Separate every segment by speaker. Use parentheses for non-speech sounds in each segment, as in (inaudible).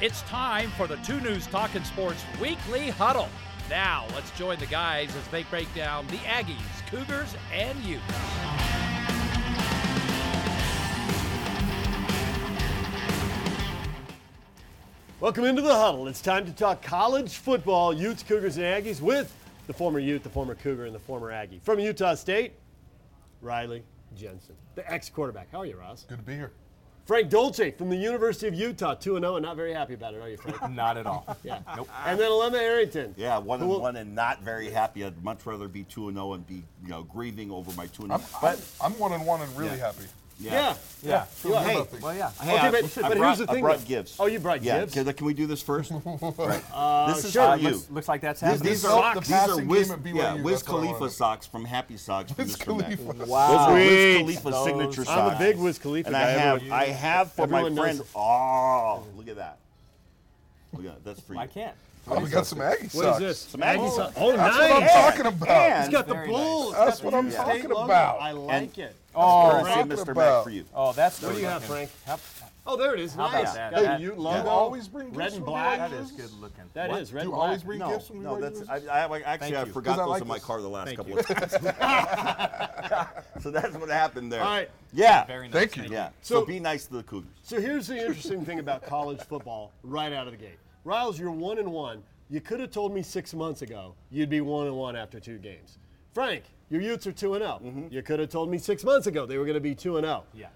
Speaker 1: It's time for the Two News Talking Sports Weekly Huddle. Now, let's join the guys as they break down the Aggies, Cougars, and you.
Speaker 2: Welcome into the huddle. It's time to talk college football, Utes, Cougars, and Aggies with the former Ute, the former Cougar, and the former Aggie. From Utah State, Riley Jensen, the ex quarterback. How are you, Ross?
Speaker 3: Good to be here.
Speaker 2: Frank Dolce from the University of Utah, 2 0, and not very happy about it, are you, Frank?
Speaker 4: (laughs) Not at all.
Speaker 2: Yeah. And then Alema Arrington.
Speaker 5: Yeah, one
Speaker 2: who
Speaker 5: and
Speaker 2: will-
Speaker 5: one, and not very happy. I'd much rather be two and zero and be you know grieving over my two and
Speaker 3: I'm,
Speaker 5: zero.
Speaker 3: I'm, I'm one and one and really
Speaker 5: Yeah.
Speaker 3: happy.
Speaker 2: Yeah.
Speaker 4: Yeah.
Speaker 3: Two and
Speaker 2: hey,
Speaker 3: nothing.
Speaker 4: Well,
Speaker 3: (laughs)
Speaker 4: yeah.
Speaker 2: Okay, but, but
Speaker 5: I
Speaker 2: here's
Speaker 5: brought,
Speaker 2: the
Speaker 5: I
Speaker 2: thing.
Speaker 5: brought
Speaker 2: though.
Speaker 5: Gibbs.
Speaker 2: Oh, you brought
Speaker 5: yeah,
Speaker 2: Gibbs?
Speaker 5: Can, can we do this first? right. this is
Speaker 2: sure.
Speaker 5: for you.
Speaker 4: Looks, looks like that's
Speaker 5: These,
Speaker 4: happening.
Speaker 5: these
Speaker 3: The
Speaker 5: are
Speaker 3: socks.
Speaker 5: these are
Speaker 3: Passing
Speaker 5: Wiz,
Speaker 3: game at BYU,
Speaker 5: yeah, Wiz
Speaker 3: that's what I
Speaker 5: Khalifa
Speaker 3: wanted.
Speaker 5: socks from Happy Socks. from
Speaker 3: Wiz
Speaker 5: Mr. Mac.
Speaker 3: Khalifa.
Speaker 5: Those
Speaker 4: wow.
Speaker 5: are Wiz
Speaker 2: Sweet.
Speaker 5: Khalifa
Speaker 4: Those
Speaker 5: signature
Speaker 4: socks.
Speaker 2: I'm
Speaker 5: socks.
Speaker 2: a big Wiz Khalifa
Speaker 5: And
Speaker 2: guy.
Speaker 5: I have
Speaker 2: Everyone-
Speaker 5: I have for my
Speaker 2: everyone knows
Speaker 5: friend.
Speaker 2: it.
Speaker 5: Oh, look at that. Look at that. That's for you.
Speaker 4: I can't.
Speaker 3: Oh, we got some Aggie socks.
Speaker 2: What is this?
Speaker 5: Some Aggie
Speaker 2: Aggie
Speaker 5: socks.
Speaker 2: so- Oh,
Speaker 3: That's
Speaker 2: nice.
Speaker 3: what I'm talking about.
Speaker 5: And-
Speaker 2: It's got the
Speaker 4: Very
Speaker 2: blue. it's
Speaker 3: That's
Speaker 2: got
Speaker 3: what
Speaker 2: the
Speaker 3: I'm
Speaker 2: Utah
Speaker 3: talking
Speaker 2: State logo.
Speaker 3: about.
Speaker 2: I like it.
Speaker 5: Oh,
Speaker 3: Frank.
Speaker 5: Mr. Mac
Speaker 3: About-
Speaker 5: for you.
Speaker 4: Oh, that's
Speaker 2: What do you have,
Speaker 4: looking.
Speaker 2: Frank?
Speaker 4: Yep.
Speaker 2: Oh, there it is.
Speaker 4: How about
Speaker 2: Nice.
Speaker 4: that?
Speaker 2: Got the
Speaker 4: That-
Speaker 2: Ute
Speaker 3: Do you
Speaker 2: logo.
Speaker 3: always bring
Speaker 2: Red
Speaker 3: gifts
Speaker 2: and
Speaker 3: from
Speaker 2: black.
Speaker 4: That
Speaker 3: BYU?
Speaker 4: is good looking.
Speaker 2: That
Speaker 4: What?
Speaker 2: is red
Speaker 3: Do
Speaker 2: and
Speaker 3: you
Speaker 2: black.
Speaker 3: always bring
Speaker 5: No,
Speaker 3: gifts from
Speaker 5: Oh, no,
Speaker 3: BYU?
Speaker 5: that's I, I, I actually I
Speaker 4: you.
Speaker 5: forgot
Speaker 3: 'Cause I
Speaker 5: those
Speaker 3: like
Speaker 5: in my
Speaker 3: this.
Speaker 5: car the last couple of times. (laughs) so that's what happened there.
Speaker 2: All right.
Speaker 5: Yeah.
Speaker 4: Very nice.
Speaker 3: Thank you.
Speaker 5: yeah.
Speaker 2: So-
Speaker 5: So, be nice to the Cougars.
Speaker 2: So here's the interesting thing about college football right out of the gate. Riles, you're one and one. You could have told me six months ago you'd be one and one after two games. Frank, your Utes are two and zero.
Speaker 3: Mm-hmm.
Speaker 2: You could have told me six months ago they were going to be two and zero.
Speaker 4: Yeah.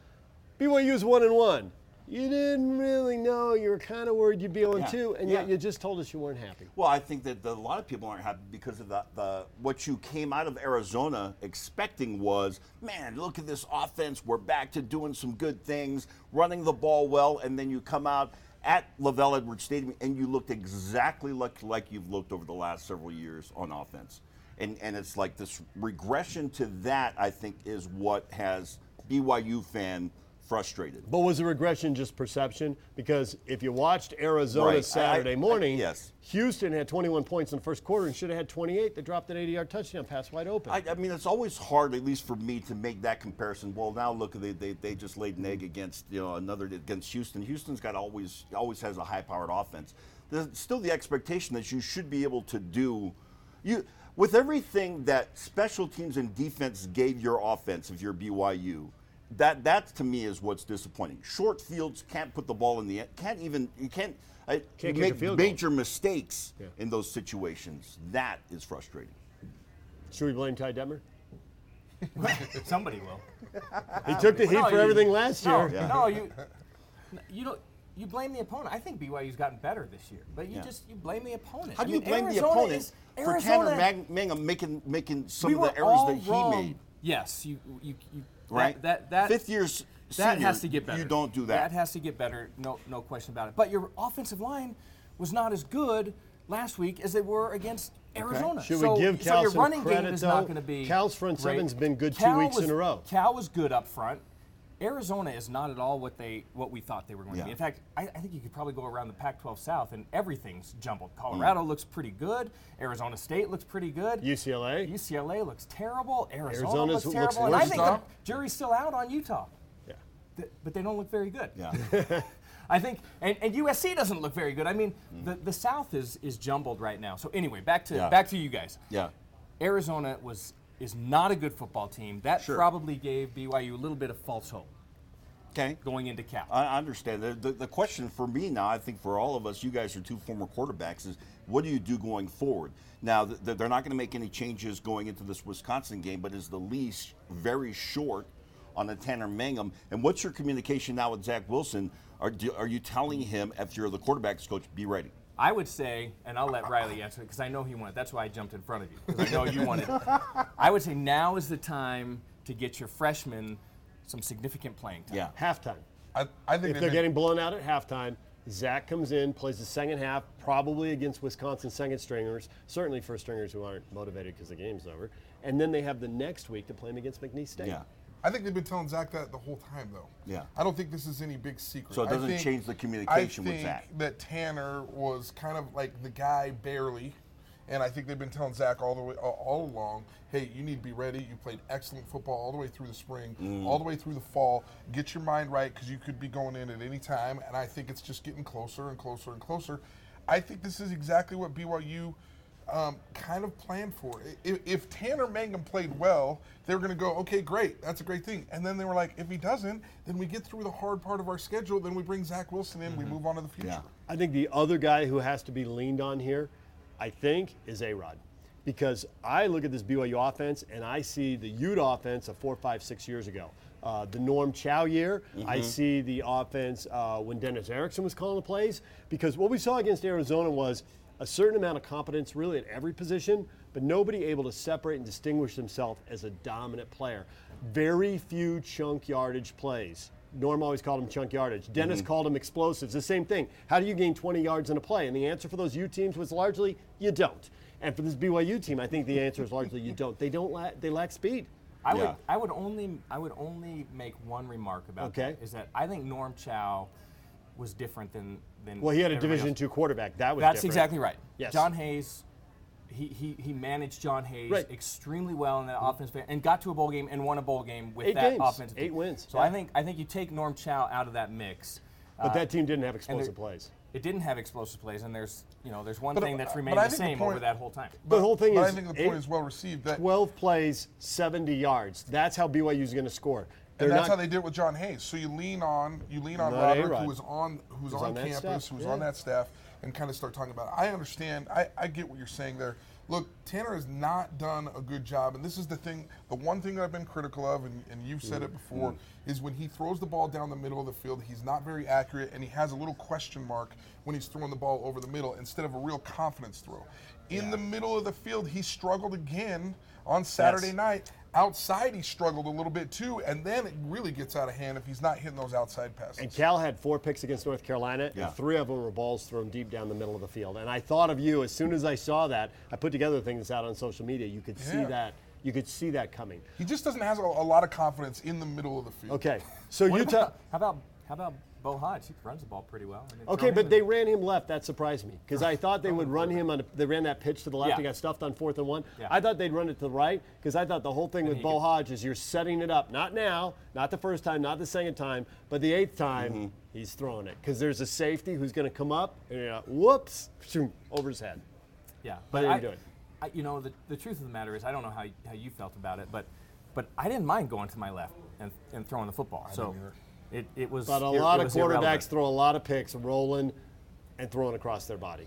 Speaker 2: BYU's one and one. You didn't really know. You were kind of worried you'd be on
Speaker 5: Yeah.
Speaker 2: two, and yet
Speaker 5: Yeah.
Speaker 2: you just told us you weren't happy.
Speaker 5: Well, I think that the, a lot of people aren't happy because of the, the what you came out of Arizona expecting was, man, look at this offense. We're back to doing some good things, running the ball well, and then you come out at Lavelle Edwards Stadium and you looked exactly like like you've looked over the last several years on offense. And and it's like this regression to that. I think is what has BYU fan frustrated.
Speaker 2: But was the regression just perception? Because if you watched Arizona
Speaker 5: Right. I-
Speaker 2: Saturday
Speaker 5: I- I-
Speaker 2: morning,
Speaker 5: yes.
Speaker 2: Houston had 21 points in the first quarter and should have had 28. They dropped an 80-yard touchdown pass wide open.
Speaker 5: I, I mean, it's always hard, at least for me, to make that comparison. Well, now look, they, they, they just laid an egg
Speaker 2: Mm-hmm.
Speaker 5: against you know another against Houston. Houston's got always always has a high-powered offense. There's still the expectation that you should be able to do, you with everything that special teams and defense gave your offense if you're BYU. That that to me is what's disappointing. Short fields can't put the ball in the end. Can't even you can't. I,
Speaker 2: kick a
Speaker 5: make
Speaker 2: field goal.
Speaker 5: major mistakes
Speaker 2: Yeah.
Speaker 5: in those situations. That is frustrating.
Speaker 2: should we blame Ty Detmer?
Speaker 4: Somebody will.
Speaker 2: He took the heat
Speaker 4: No,
Speaker 2: for
Speaker 4: you-
Speaker 2: everything last
Speaker 4: no,
Speaker 2: year.
Speaker 4: No,
Speaker 5: (laughs)
Speaker 4: you. You don't. You blame the opponent. I think BYU's gotten better this year, but you
Speaker 5: Yeah.
Speaker 4: just you blame the opponent.
Speaker 5: How
Speaker 4: I
Speaker 5: do you
Speaker 4: mean,
Speaker 5: blame the
Speaker 4: Arizona
Speaker 5: opponent
Speaker 4: is-
Speaker 5: for
Speaker 4: Arizona,
Speaker 5: Tanner Mag- Mangum making making some
Speaker 4: we
Speaker 5: of
Speaker 4: were
Speaker 5: the errors
Speaker 4: all
Speaker 5: that he
Speaker 4: wrong.
Speaker 5: made?
Speaker 4: Yes, you you, you
Speaker 5: Right.
Speaker 4: That that, that
Speaker 5: fifth year's
Speaker 4: that
Speaker 5: senior,
Speaker 4: has to get better.
Speaker 5: You don't do that.
Speaker 4: That has to get better. No, no question about it. But your offensive line was not as good last week as they were against Arizona.
Speaker 2: Should
Speaker 4: so,
Speaker 2: we give
Speaker 4: so
Speaker 2: Cal
Speaker 4: your
Speaker 2: some
Speaker 4: running
Speaker 2: credit,
Speaker 4: game is
Speaker 2: though?
Speaker 4: not going to be.
Speaker 2: Cal's front
Speaker 4: great.
Speaker 2: seven's been good two
Speaker 4: Cal
Speaker 2: weeks
Speaker 4: was-
Speaker 2: in a row.
Speaker 4: Cal was good up front. Arizona is not at all what they what we thought they were going to
Speaker 5: Yeah.
Speaker 4: be. In fact, I, I think you could probably go around the Pac-12 South and everything's jumbled.
Speaker 5: Mm.
Speaker 4: Colorado looks pretty good. Arizona State looks pretty good.
Speaker 2: UCLA?
Speaker 4: UCLA looks terrible. Arizona
Speaker 2: Arizona's
Speaker 4: looks
Speaker 2: looks
Speaker 4: terrible. and I
Speaker 2: worse.
Speaker 4: think the
Speaker 3: Utah?
Speaker 4: jury's still out on Utah.
Speaker 2: Yeah.
Speaker 4: Th- But they don't look very good.
Speaker 5: yeah.
Speaker 4: (laughs) I think, and, and USC doesn't look very good. I mean, the, the South is is jumbled right now. So anyway, back to
Speaker 5: Yeah.
Speaker 4: back to you guys.
Speaker 5: yeah.
Speaker 4: Arizona was is not a good football team. That
Speaker 5: Sure.
Speaker 4: probably gave BYU a little bit of false hope
Speaker 5: Okay.
Speaker 4: going into Cal.
Speaker 5: I I understand. The, the, the question for me now, I think for all of us, you guys are two former quarterbacks, is what do you do going forward? Now, th- th- they're not going to make any changes going into this Wisconsin game, but is the leash very short on a Tanner Mangum? And what's your communication now with Zach Wilson? Are, do, are you telling him, if you're the quarterback's coach, be ready?
Speaker 4: I would say, and I'll let Riley answer it because I know he wanted. That's why I jumped in front of you because I know you wanted.
Speaker 5: (laughs)
Speaker 4: I would say now is the time to get your freshmen some significant playing time.
Speaker 5: Yeah.
Speaker 2: Halftime.
Speaker 3: I, I think
Speaker 2: If they're
Speaker 3: they did-
Speaker 2: getting blown out at halftime, Zach comes in, plays the second half, probably against Wisconsin second stringers, certainly first stringers who aren't motivated because the game's over. And then they have the next week to play them against McNeese State.
Speaker 5: Yeah.
Speaker 3: I think they've been telling Zach that the whole time, though.
Speaker 5: Yeah.
Speaker 3: I don't think this is any big secret.
Speaker 5: So it
Speaker 3: I
Speaker 5: doesn't
Speaker 3: think-
Speaker 5: change the communication
Speaker 3: I
Speaker 5: with
Speaker 3: think
Speaker 5: Zach.
Speaker 3: That Tanner was kind of like the guy barely, And I think they've been telling Zach all the way all- all along, hey, you need to be ready. You played excellent football all the way through the spring,
Speaker 5: Mm.
Speaker 3: all the way through the fall. Get your mind right because you could be going in at any time. And I think it's just getting closer and closer and closer. I think this is exactly what BYU um, kind of planned for. I- If, if Tanner Mangum played well, they were going to go, okay, great, that's a great thing. And then they were like, if he doesn't, then we get through the hard part of our schedule, then we bring Zach Wilson in, we move on to the future.
Speaker 2: I think the other guy who has to be leaned on here, I think, is A Rod. Because I look at this BYU offense and I see the Ute offense of four, five, six years ago. Uh, the Norm Chow year, I see the offense uh, when Dennis Erickson was calling the plays. Because what we saw against Arizona was a certain amount of competence really at every position, but nobody able to separate and distinguish themselves as a dominant player. Very few chunk yardage plays. Norm always called them chunk yardage. Dennis
Speaker 3: Mm-hmm.
Speaker 2: called them explosives. The same thing. How do you gain 20 yards in a play? And the answer for those U teams was largely you don't. And for this BYU team, I think the answer is largely you don't. They don't lack. They lack speed.
Speaker 6: I
Speaker 5: Yeah.
Speaker 6: would I would only I would only make one remark about
Speaker 2: Okay.
Speaker 6: that is that I think Norm Chow was different than than
Speaker 2: Well, he had a
Speaker 6: everybody
Speaker 2: Division
Speaker 6: else.
Speaker 2: two quarterback. That was
Speaker 6: That's
Speaker 2: different.
Speaker 6: exactly right.
Speaker 2: Yes.
Speaker 6: John Hayes he, he, he managed John Hayes
Speaker 2: Right. Mm-hmm.
Speaker 6: extremely well in that offense and got to a bowl game and won a bowl game with
Speaker 2: Eight
Speaker 6: that
Speaker 2: games,
Speaker 6: offense.
Speaker 2: eight wins,
Speaker 6: So
Speaker 2: yeah.
Speaker 6: I think I think you take Norm Chow out of that mix.
Speaker 2: But that team didn't have
Speaker 6: Uh, and
Speaker 2: explosive
Speaker 6: there-
Speaker 2: plays.
Speaker 6: It didn't have explosive plays, and there's you know there's one
Speaker 3: But,
Speaker 6: thing
Speaker 3: uh,
Speaker 6: that's
Speaker 3: but
Speaker 6: remained
Speaker 3: I
Speaker 6: the
Speaker 3: think the
Speaker 6: same over
Speaker 3: point-
Speaker 6: that whole time.
Speaker 2: The whole thing
Speaker 3: but
Speaker 2: is
Speaker 3: I think the
Speaker 2: eight-
Speaker 3: point is well received. That,
Speaker 2: 12 plays, 70 yards. That's how BYU is going to score. They're
Speaker 3: and that's
Speaker 2: not-
Speaker 3: how they did it with John Hayes. So you lean on you lean on
Speaker 2: Not
Speaker 3: Roderick,
Speaker 2: A-Rod.
Speaker 3: who was on who's on,
Speaker 2: on that
Speaker 3: campus,
Speaker 2: staff,
Speaker 3: who's
Speaker 2: yeah.
Speaker 3: on that staff, and kind of start talking about. It. I understand. I, I get what you're saying there. Look, Tanner has not done a good job, and this is the thing. The one thing that I've been critical of, and, and you've said it
Speaker 2: Mm.
Speaker 3: before, is when he throws the ball down the middle of the field, he's not very accurate, and he has a little question mark when he's throwing the ball over the middle instead of a real confidence throw. In the middle of the field, he struggled again on Saturday night. Outside, he struggled a little bit too, and then it really gets out of hand if he's not hitting those outside passes.
Speaker 2: And Cal had four picks against North Carolina,
Speaker 5: Yeah.
Speaker 2: and three of them were balls thrown deep down the middle of the field. And I thought of you as soon as I saw that. I put together things out on social media. You could see
Speaker 3: Yeah.
Speaker 2: that. You could see that coming.
Speaker 3: he just doesn't have a, a lot of confidence in the middle of the field.
Speaker 2: Okay, so
Speaker 6: What
Speaker 2: Utah.
Speaker 6: about- how about how about Bo Hodge? He runs the ball pretty well. I mean, throw
Speaker 2: Okay,
Speaker 6: him
Speaker 2: but
Speaker 6: in.
Speaker 2: they ran him left. That surprised me because I thought they would run him on. A, they ran that pitch to the left.
Speaker 6: Yeah.
Speaker 2: He got stuffed on fourth and one.
Speaker 6: Yeah.
Speaker 2: I thought they'd run it to the right because I thought the whole thing with
Speaker 6: he
Speaker 2: Bo
Speaker 6: could-
Speaker 2: Hodge is you're setting it up. Not now, not the first time, not the second time, but the eighth time
Speaker 6: Mm-hmm.
Speaker 2: he's throwing it because there's a safety who's going to come up and you're like, whoops, shoom, over his head.
Speaker 6: Yeah,
Speaker 2: But they
Speaker 6: I,
Speaker 2: didn't do it.
Speaker 6: I, you know, the, the truth of the matter is, I don't know how, y- how you felt about it, but but I didn't mind going to my left and, and throwing the football. so it, it was.
Speaker 2: But a
Speaker 6: it- it
Speaker 2: lot of
Speaker 6: was
Speaker 2: quarterbacks
Speaker 6: irrelevant.
Speaker 2: throw a lot of picks, rolling and throwing across their body.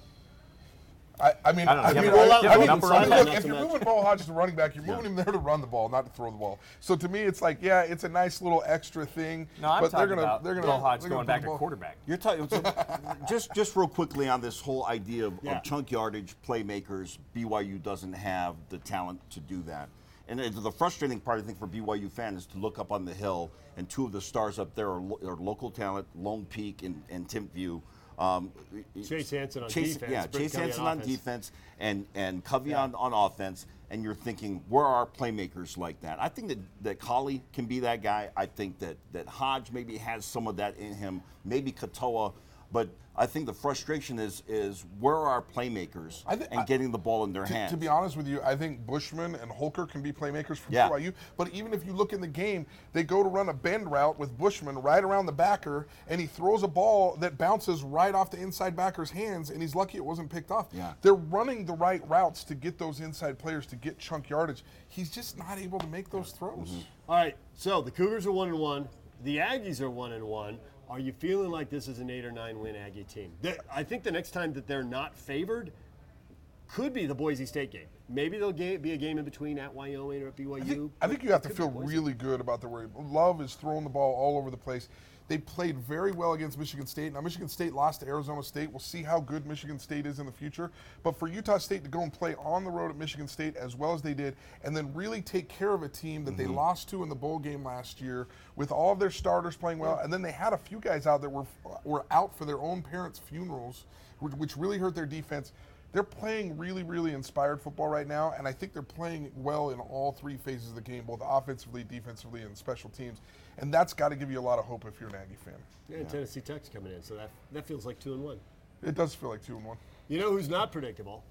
Speaker 3: I, I mean,
Speaker 6: I don't know.
Speaker 3: I
Speaker 6: Yeah,
Speaker 3: mean,
Speaker 6: but-
Speaker 3: I-
Speaker 2: yeah,
Speaker 3: I
Speaker 2: but
Speaker 3: mean,
Speaker 2: number
Speaker 3: look,
Speaker 2: one, not
Speaker 3: if
Speaker 2: so
Speaker 3: you're
Speaker 2: much.
Speaker 3: moving Bo Hodges to running back, you're moving him there to run the ball, not to throw the ball. So to me, it's like, yeah, it's a nice little extra thing.
Speaker 6: No, I'm
Speaker 3: but
Speaker 6: talking
Speaker 3: they're gonna,
Speaker 6: about
Speaker 3: they're gonna,
Speaker 6: Bo Hodge
Speaker 3: they're gonna
Speaker 6: going
Speaker 3: put
Speaker 6: back
Speaker 3: the
Speaker 6: to
Speaker 3: ball-
Speaker 6: quarterback.
Speaker 5: You're talking so just just real quickly on this whole idea of, of
Speaker 2: Yeah.
Speaker 5: chunk yardage playmakers. BYU doesn't have the talent to do that, and it's the frustrating part I think for BYU fans is to look up on the hill and two of the stars up there are, lo- are local talent, Lone Peak and, and Tim View. Um,
Speaker 2: Chase Hansen on
Speaker 5: Chase-
Speaker 2: defense,
Speaker 5: Yeah,
Speaker 2: Brent
Speaker 5: Chase
Speaker 2: Covey on
Speaker 5: Hansen on
Speaker 2: offense.
Speaker 5: defense defense and and Covey on, on offense, and you're thinking, where are playmakers like that? I think that that Collie can be that guy. I think that that Hodge maybe has some of that in him. Maybe Katoa. But I think the frustration is is where are our playmakers
Speaker 3: I thi-
Speaker 5: and
Speaker 3: I-
Speaker 5: getting the ball in their
Speaker 3: To,
Speaker 5: hands.
Speaker 3: to be honest with you, I think Bushman and Holker can be playmakers for
Speaker 5: Yeah.
Speaker 3: BYU. But even if you look in the game, they go to run a bend route with Bushman right around the backer, and he throws a ball that bounces right off the inside backer's hands, and he's lucky it wasn't picked off.
Speaker 5: Yeah.
Speaker 3: They're running the right routes to get those inside players to get chunk yardage. He's just not able to make those throws.
Speaker 5: Mm-hmm.
Speaker 2: All right. So the Cougars are one and one. The Aggies are one and one. Are you feeling like this is an eight or nine win Aggie team? The- I think the next time that they're not favored could be the Boise State game. Maybe there'll ga- be a game in between at Wyoming or at BYU.
Speaker 3: I think, I think you have to feel really good about the way Love is throwing the ball all over the place. They played very well against Michigan State. Now, Michigan State lost to Arizona State. We'll see how good Michigan State is in the future. But for Utah State to go and play on the road at Michigan State as well as they did, and then really take care of a team that they lost to in the bowl game last year with all of their starters playing well, and then they had a few guys out that were, were out for their own parents' funerals, which, which really hurt their defense they're playing really, really inspired football right now, and I think they're playing well in all three phases of the game, both offensively, defensively, and special teams. And that's got to give you a lot of hope if you're an Aggie fan.
Speaker 2: Yeah, and Tennessee Tech's coming in, so that that feels like two and one.
Speaker 3: It does feel like two and one.
Speaker 2: You know who's not predictable?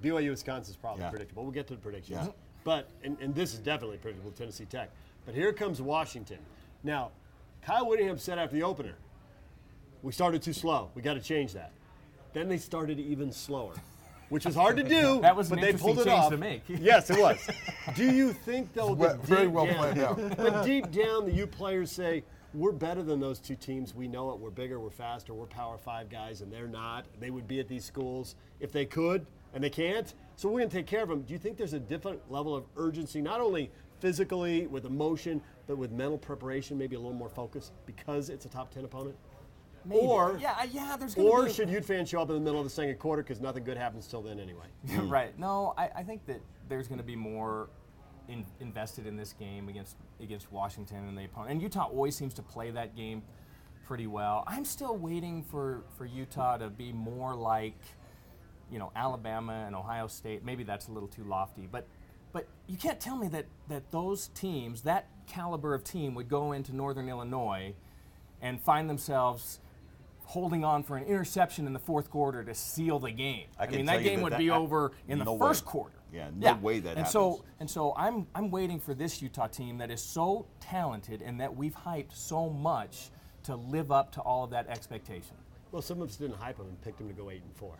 Speaker 2: BYU Wisconsin's probably
Speaker 5: Yeah.
Speaker 2: predictable. We'll get to the predictions.
Speaker 5: Yeah.
Speaker 2: But and, and this is definitely predictable, Tennessee Tech. But here comes Washington. Now, Kyle Whittingham said after the opener, we started too slow. We got to change that. Then they started even slower, which was
Speaker 6: (laughs)
Speaker 2: hard to do.
Speaker 6: That was
Speaker 2: but
Speaker 6: an
Speaker 2: they
Speaker 6: interesting
Speaker 2: pulled it
Speaker 6: change
Speaker 2: off.
Speaker 6: to make.
Speaker 2: Yes, it was. do you think though?
Speaker 3: Well-
Speaker 2: that
Speaker 3: very
Speaker 2: deep
Speaker 3: well
Speaker 2: down-
Speaker 3: planned
Speaker 2: (laughs)
Speaker 3: out.
Speaker 2: But deep down, the U players say we're better than those two teams. We know it. We're bigger. We're faster. We're Power Five guys, and they're not. They would be at these schools if they could, and they can't. So we're going to take care of them. Do you think there's a different level of urgency, not only physically with emotion, but with mental preparation, maybe a little more focus because it's a top ten opponent?
Speaker 6: Maybe.
Speaker 2: Or
Speaker 6: yeah, I- yeah, there's gonna
Speaker 2: or
Speaker 6: be-
Speaker 2: should Ute fans show up in the middle of the second quarter because nothing good happens till then anyway?
Speaker 6: (laughs) right. No, I, I think that there's going to be more in, invested in this game against against Washington and the opponent. And Utah always seems to play that game pretty well. I'm still waiting for for Utah to be more like you know Alabama and Ohio State. Maybe that's a little too lofty, but but you can't tell me that that those teams, that caliber of team, would go into Northern Illinois and find themselves holding on for an interception in the fourth quarter to seal the game. I,
Speaker 5: can
Speaker 6: mean,
Speaker 5: tell
Speaker 6: that
Speaker 5: you
Speaker 6: game
Speaker 5: that
Speaker 6: would
Speaker 5: that
Speaker 6: be
Speaker 5: hap-
Speaker 6: over in
Speaker 5: no
Speaker 6: the
Speaker 5: way.
Speaker 6: first quarter.
Speaker 5: Yeah, no way that
Speaker 6: and so
Speaker 5: happens.
Speaker 6: and so I'm I'm waiting for this Utah team that is so talented and that we've hyped so much to live up to all of that expectation.
Speaker 2: Well, some of us didn't hype them and picked them to go eight and four.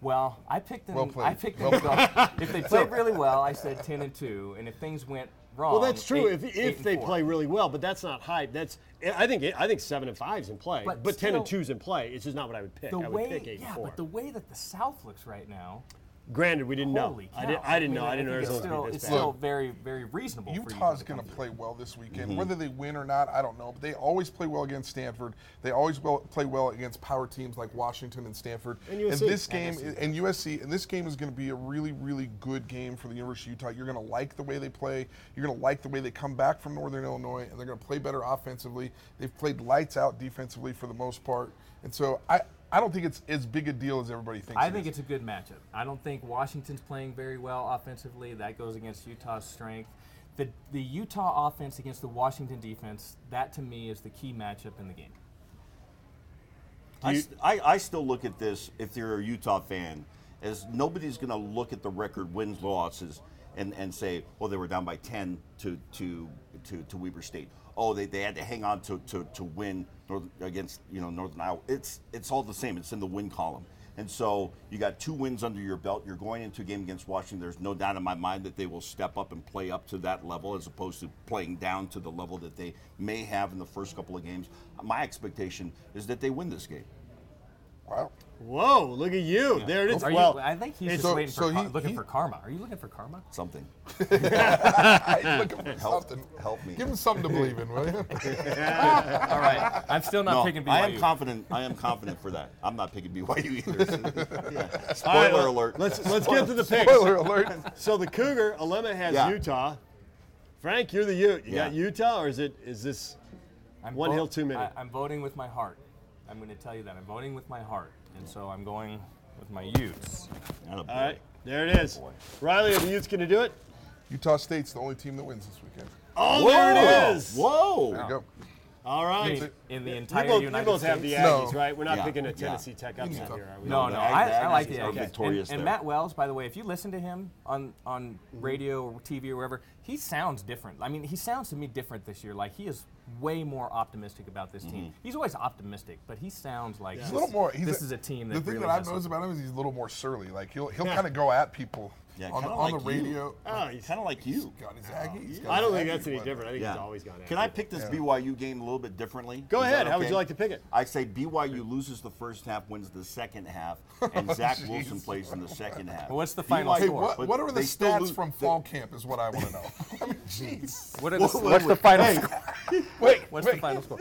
Speaker 6: Well, I picked them.
Speaker 3: Well played.
Speaker 6: I picked them.
Speaker 3: Well
Speaker 6: well,
Speaker 2: (laughs)
Speaker 6: if they played really well, I said ten and two, and if things went wrong,
Speaker 2: Well, that's true
Speaker 6: eight-
Speaker 2: if,
Speaker 6: eight
Speaker 2: if
Speaker 6: and
Speaker 2: they
Speaker 6: four.
Speaker 2: play really well, but that's not hype. That's I think I think seven and five's in play, but,
Speaker 6: But
Speaker 2: ten and
Speaker 6: still-
Speaker 2: two's in play. It's just not what I would pick.
Speaker 6: The
Speaker 2: I would
Speaker 6: way,
Speaker 2: pick eight
Speaker 6: yeah,
Speaker 2: and four.
Speaker 6: but the way that the South looks right now,
Speaker 2: Granted, we didn't know.
Speaker 6: holy cow!
Speaker 2: I didn't. I didn't
Speaker 6: mean,
Speaker 2: know. I didn't know
Speaker 6: think it's
Speaker 2: Arizona
Speaker 6: still,
Speaker 2: was
Speaker 6: It's
Speaker 2: this
Speaker 6: still
Speaker 2: bad.
Speaker 6: very, very reasonable. for Mm-hmm. Utah
Speaker 3: Utah's
Speaker 6: come
Speaker 3: going to
Speaker 6: through.
Speaker 3: play well this weekend. Whether they win or not, I don't know. But they always play well against Stanford. They always well, play well against power teams like Washington and Stanford.
Speaker 2: And USC.
Speaker 3: this game and USC and this game is going to be a really, really good game for the University of Utah. You're going to like the way they play. You're going to like the way they come back from Northern Illinois, and they're going to play better offensively. They've played lights out defensively for the most part, and so I. I don't think it's as big a deal as everybody thinks.
Speaker 6: I
Speaker 3: it
Speaker 6: think
Speaker 3: is.
Speaker 6: it's a good matchup. I don't think Washington's playing very well offensively. That goes against Utah's strength. The, the Utah offense against the Washington defense, that to me is the key matchup in the game.
Speaker 5: I, st- I, I still look at this, if you're a Utah fan, as nobody's going to look at the record wins losses and, and say, well, they were down by 10 to to to, to Weber State. Oh, they, they had to hang on to, to, to win north, against you know Northern Iowa. It's it's all the same. It's in the win column. And so you got two wins under your belt. You're going into a game against Washington. There's no doubt in my mind that they will step up and play up to that level as opposed to playing down to the level that they may have in the first couple of games. My expectation is that they win this game.
Speaker 3: wow.
Speaker 2: Whoa! Look at you. There it is.
Speaker 6: Are
Speaker 2: well,
Speaker 6: you, I think he's
Speaker 2: it's-
Speaker 6: just
Speaker 3: So-
Speaker 6: waiting for
Speaker 3: so
Speaker 6: car-
Speaker 3: he-
Speaker 6: looking
Speaker 3: he-
Speaker 6: for karma. Are you looking for karma?
Speaker 5: Something.
Speaker 3: (laughs) I, look,
Speaker 6: (laughs)
Speaker 3: something.
Speaker 5: help me.
Speaker 3: Give him something to believe in, will you? (laughs)
Speaker 6: All right, I'm still not picking BYU.
Speaker 5: I am confident. I am confident for that. I'm not picking BYU
Speaker 2: (laughs)
Speaker 5: either.
Speaker 2: all
Speaker 5: yeah.
Speaker 2: right,
Speaker 5: Spoiler alert.
Speaker 2: Let's let's get
Speaker 6: (laughs)
Speaker 2: to the picks.
Speaker 3: Spoiler alert.
Speaker 2: So the Cougar Alema has
Speaker 5: Yeah.
Speaker 2: Utah. Frank, you're the Ute. You got
Speaker 5: Yeah.
Speaker 2: Utah, or is it is this?
Speaker 6: I'm
Speaker 2: One hill, two many.
Speaker 6: I, I'm voting with my heart. I'm going to tell you that. I'm voting with my heart. And so I'm going with my Utes.
Speaker 5: Attaboy.
Speaker 2: All right, there it
Speaker 6: Oh,
Speaker 2: is. Riley, are the Utes going to do it?
Speaker 3: Utah State's the only team that wins this weekend.
Speaker 2: Oh,
Speaker 5: Whoa.
Speaker 2: there it is.
Speaker 5: Whoa.
Speaker 3: There you go.
Speaker 2: All right.
Speaker 6: In, in the
Speaker 2: We
Speaker 6: entire
Speaker 2: both, we
Speaker 6: United
Speaker 2: both
Speaker 6: States.
Speaker 2: have the
Speaker 3: No.
Speaker 2: Aggies, right? We're not
Speaker 5: Yeah,
Speaker 2: picking a
Speaker 5: yeah.
Speaker 2: Tennessee Tech upset here, are we?
Speaker 6: No,
Speaker 5: No,
Speaker 6: no,
Speaker 5: the
Speaker 6: I,
Speaker 5: Ag-
Speaker 6: I like
Speaker 5: Aggies
Speaker 6: the
Speaker 5: are
Speaker 6: Aggies. And-
Speaker 5: victorious
Speaker 6: and,
Speaker 5: there.
Speaker 6: Matt Wells, by the way, if you listen to him on on
Speaker 3: Mm-hmm.
Speaker 6: radio or TV or wherever, he sounds different. I mean, he sounds to me different this year. Like he is way more optimistic about this team. He's always optimistic, but he sounds like
Speaker 3: Mm-hmm. He's a
Speaker 6: this-
Speaker 3: little more. He's
Speaker 6: this
Speaker 3: a-
Speaker 6: is a team that
Speaker 3: The thing
Speaker 6: really
Speaker 3: that I've
Speaker 6: has some-
Speaker 3: noticed about him is he's a little more surly. Like he'll he'll kind of go at people
Speaker 5: Yeah,
Speaker 3: on, the,
Speaker 5: kinda
Speaker 3: on
Speaker 5: like
Speaker 3: the
Speaker 5: you. (laughs)
Speaker 3: radio.
Speaker 2: Oh, he's-
Speaker 5: Kind of like you.
Speaker 3: Got his Aggie. he's got
Speaker 2: I don't think
Speaker 3: his Aggie
Speaker 2: that's any
Speaker 3: blood.
Speaker 2: different. I think he's always gone after.
Speaker 5: Can I pick this BYU game a little bit differently? Go
Speaker 2: ahead. How would you like to pick it?
Speaker 5: I say BYU loses the first half, wins the second half, and Zach Wilson plays in the second half.
Speaker 6: What's the final
Speaker 5: BYU
Speaker 3: Hey,
Speaker 6: score?
Speaker 3: what,
Speaker 5: But
Speaker 3: what are the
Speaker 5: they still
Speaker 3: stats
Speaker 5: lose-
Speaker 3: from
Speaker 5: they- (laughs)
Speaker 3: fall camp? Is what I want to know. (laughs) I mean, jeez.
Speaker 6: What are the,
Speaker 5: Whoa,
Speaker 6: what's
Speaker 5: wait,
Speaker 6: the
Speaker 5: wait.
Speaker 6: final
Speaker 3: (laughs)
Speaker 6: score?
Speaker 3: Wait,
Speaker 6: What's
Speaker 3: wait. (laughs)
Speaker 6: the (laughs) final score?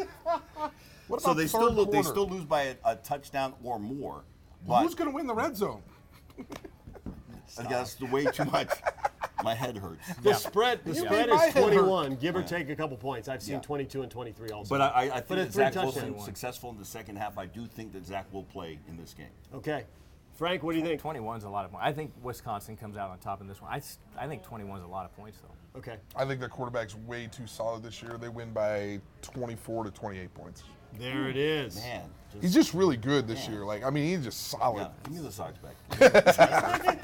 Speaker 3: What
Speaker 5: So
Speaker 3: about
Speaker 5: they
Speaker 3: third
Speaker 5: still lo- they
Speaker 3: quarter?
Speaker 5: still lose by a, a touchdown or more. But
Speaker 3: Who's going to win the red zone?
Speaker 5: I guess the way too much. (laughs) My head hurts.
Speaker 2: The spread, the
Speaker 3: You
Speaker 2: spread
Speaker 3: made my
Speaker 2: is
Speaker 3: head hurt.
Speaker 2: 21, give or take a couple points. I've seen
Speaker 5: Yeah.
Speaker 2: 22 and 23 also.
Speaker 5: But I, I, I
Speaker 2: But
Speaker 5: think that
Speaker 2: it's three
Speaker 5: Zach
Speaker 2: touchdowns.
Speaker 5: Wilson successful in the second half. I do think that Zach will play in this game.
Speaker 2: okay. Frank, what do you think?
Speaker 6: 21 is a lot of points. I think Wisconsin comes out on top in this one. I, s- I think 21 is a lot of points, though.
Speaker 2: Okay.
Speaker 3: I think their quarterback's way too solid this year. They win by 24 to 28 points.
Speaker 2: There it is.
Speaker 5: Man, just,
Speaker 3: He's just really good this year. Like, I mean, he's just solid.
Speaker 5: yeah, give me the socks back.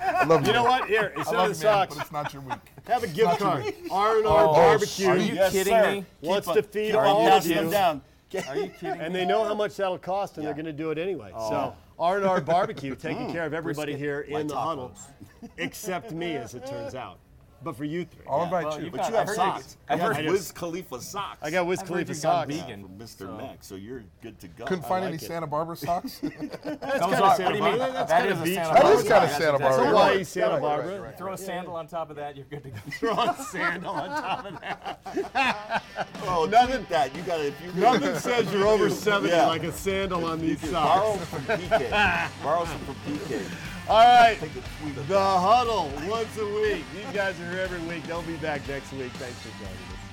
Speaker 3: I love
Speaker 2: You know what? Here,
Speaker 3: I
Speaker 2: instead
Speaker 3: love
Speaker 2: of
Speaker 3: you,
Speaker 2: the
Speaker 3: man,
Speaker 2: socks,
Speaker 3: but it's not
Speaker 2: (laughs)
Speaker 3: your week.
Speaker 2: have a gift card. R and R
Speaker 6: Oh,
Speaker 2: Barbecue.
Speaker 6: are you
Speaker 2: Yes,
Speaker 6: kidding
Speaker 2: sir.
Speaker 6: me?
Speaker 2: Wants
Speaker 5: Keep
Speaker 2: to
Speaker 5: on-
Speaker 2: feed
Speaker 5: All right,
Speaker 2: all of
Speaker 5: pass them
Speaker 2: you.
Speaker 5: down.
Speaker 6: Are you kidding me?
Speaker 2: And they know how much that'll cost, and they're
Speaker 5: Yeah.
Speaker 2: going to do it anyway.
Speaker 6: Oh.
Speaker 2: So R and R Barbecue
Speaker 6: Mm.
Speaker 2: taking care of everybody here
Speaker 5: my
Speaker 2: in the
Speaker 5: tacos.
Speaker 2: huddle, except me, as it turns out. But for you three,
Speaker 3: I'll invite
Speaker 6: well,
Speaker 3: you.
Speaker 6: you've
Speaker 5: But you
Speaker 6: I
Speaker 5: have
Speaker 6: heard
Speaker 5: socks. I
Speaker 6: you-
Speaker 2: yeah,
Speaker 5: heard
Speaker 2: I do.
Speaker 5: Wiz Khalifa socks.
Speaker 2: I got Wiz
Speaker 6: I've heard
Speaker 2: Khalifa
Speaker 6: you got
Speaker 2: socks.
Speaker 6: beat. vegan,
Speaker 5: from Mr.
Speaker 6: so-
Speaker 5: Mac, so you're good to go.
Speaker 3: Couldn't find any
Speaker 2: like it.
Speaker 3: Santa Barbara socks.
Speaker 6: Those
Speaker 2: kinda
Speaker 6: are-
Speaker 2: Santa
Speaker 6: what do you mean?
Speaker 2: Barbara. That's
Speaker 6: that
Speaker 2: kinda
Speaker 6: is a
Speaker 2: beach.
Speaker 6: Santa
Speaker 2: That
Speaker 6: Barbara.
Speaker 3: is kinda
Speaker 6: That's
Speaker 3: Santa
Speaker 6: exactly
Speaker 3: Barbara.
Speaker 6: right.
Speaker 2: Hawaii, Santa Barbara.
Speaker 6: Throw a sandal on top of that, you're
Speaker 2: (laughs)
Speaker 6: good to go.
Speaker 2: Throw sand on top of that.
Speaker 5: Oh, nothing that you got. to If you (laughs)
Speaker 2: Nothing says you're over 70
Speaker 5: Yeah.
Speaker 2: like a sandal on these socks.
Speaker 5: borrow from PK. borrow some from PK.
Speaker 2: All right.
Speaker 5: Take a tweet of
Speaker 2: The Huddle once a week. These guys are here every week. They'll be back next week. Thanks for joining us.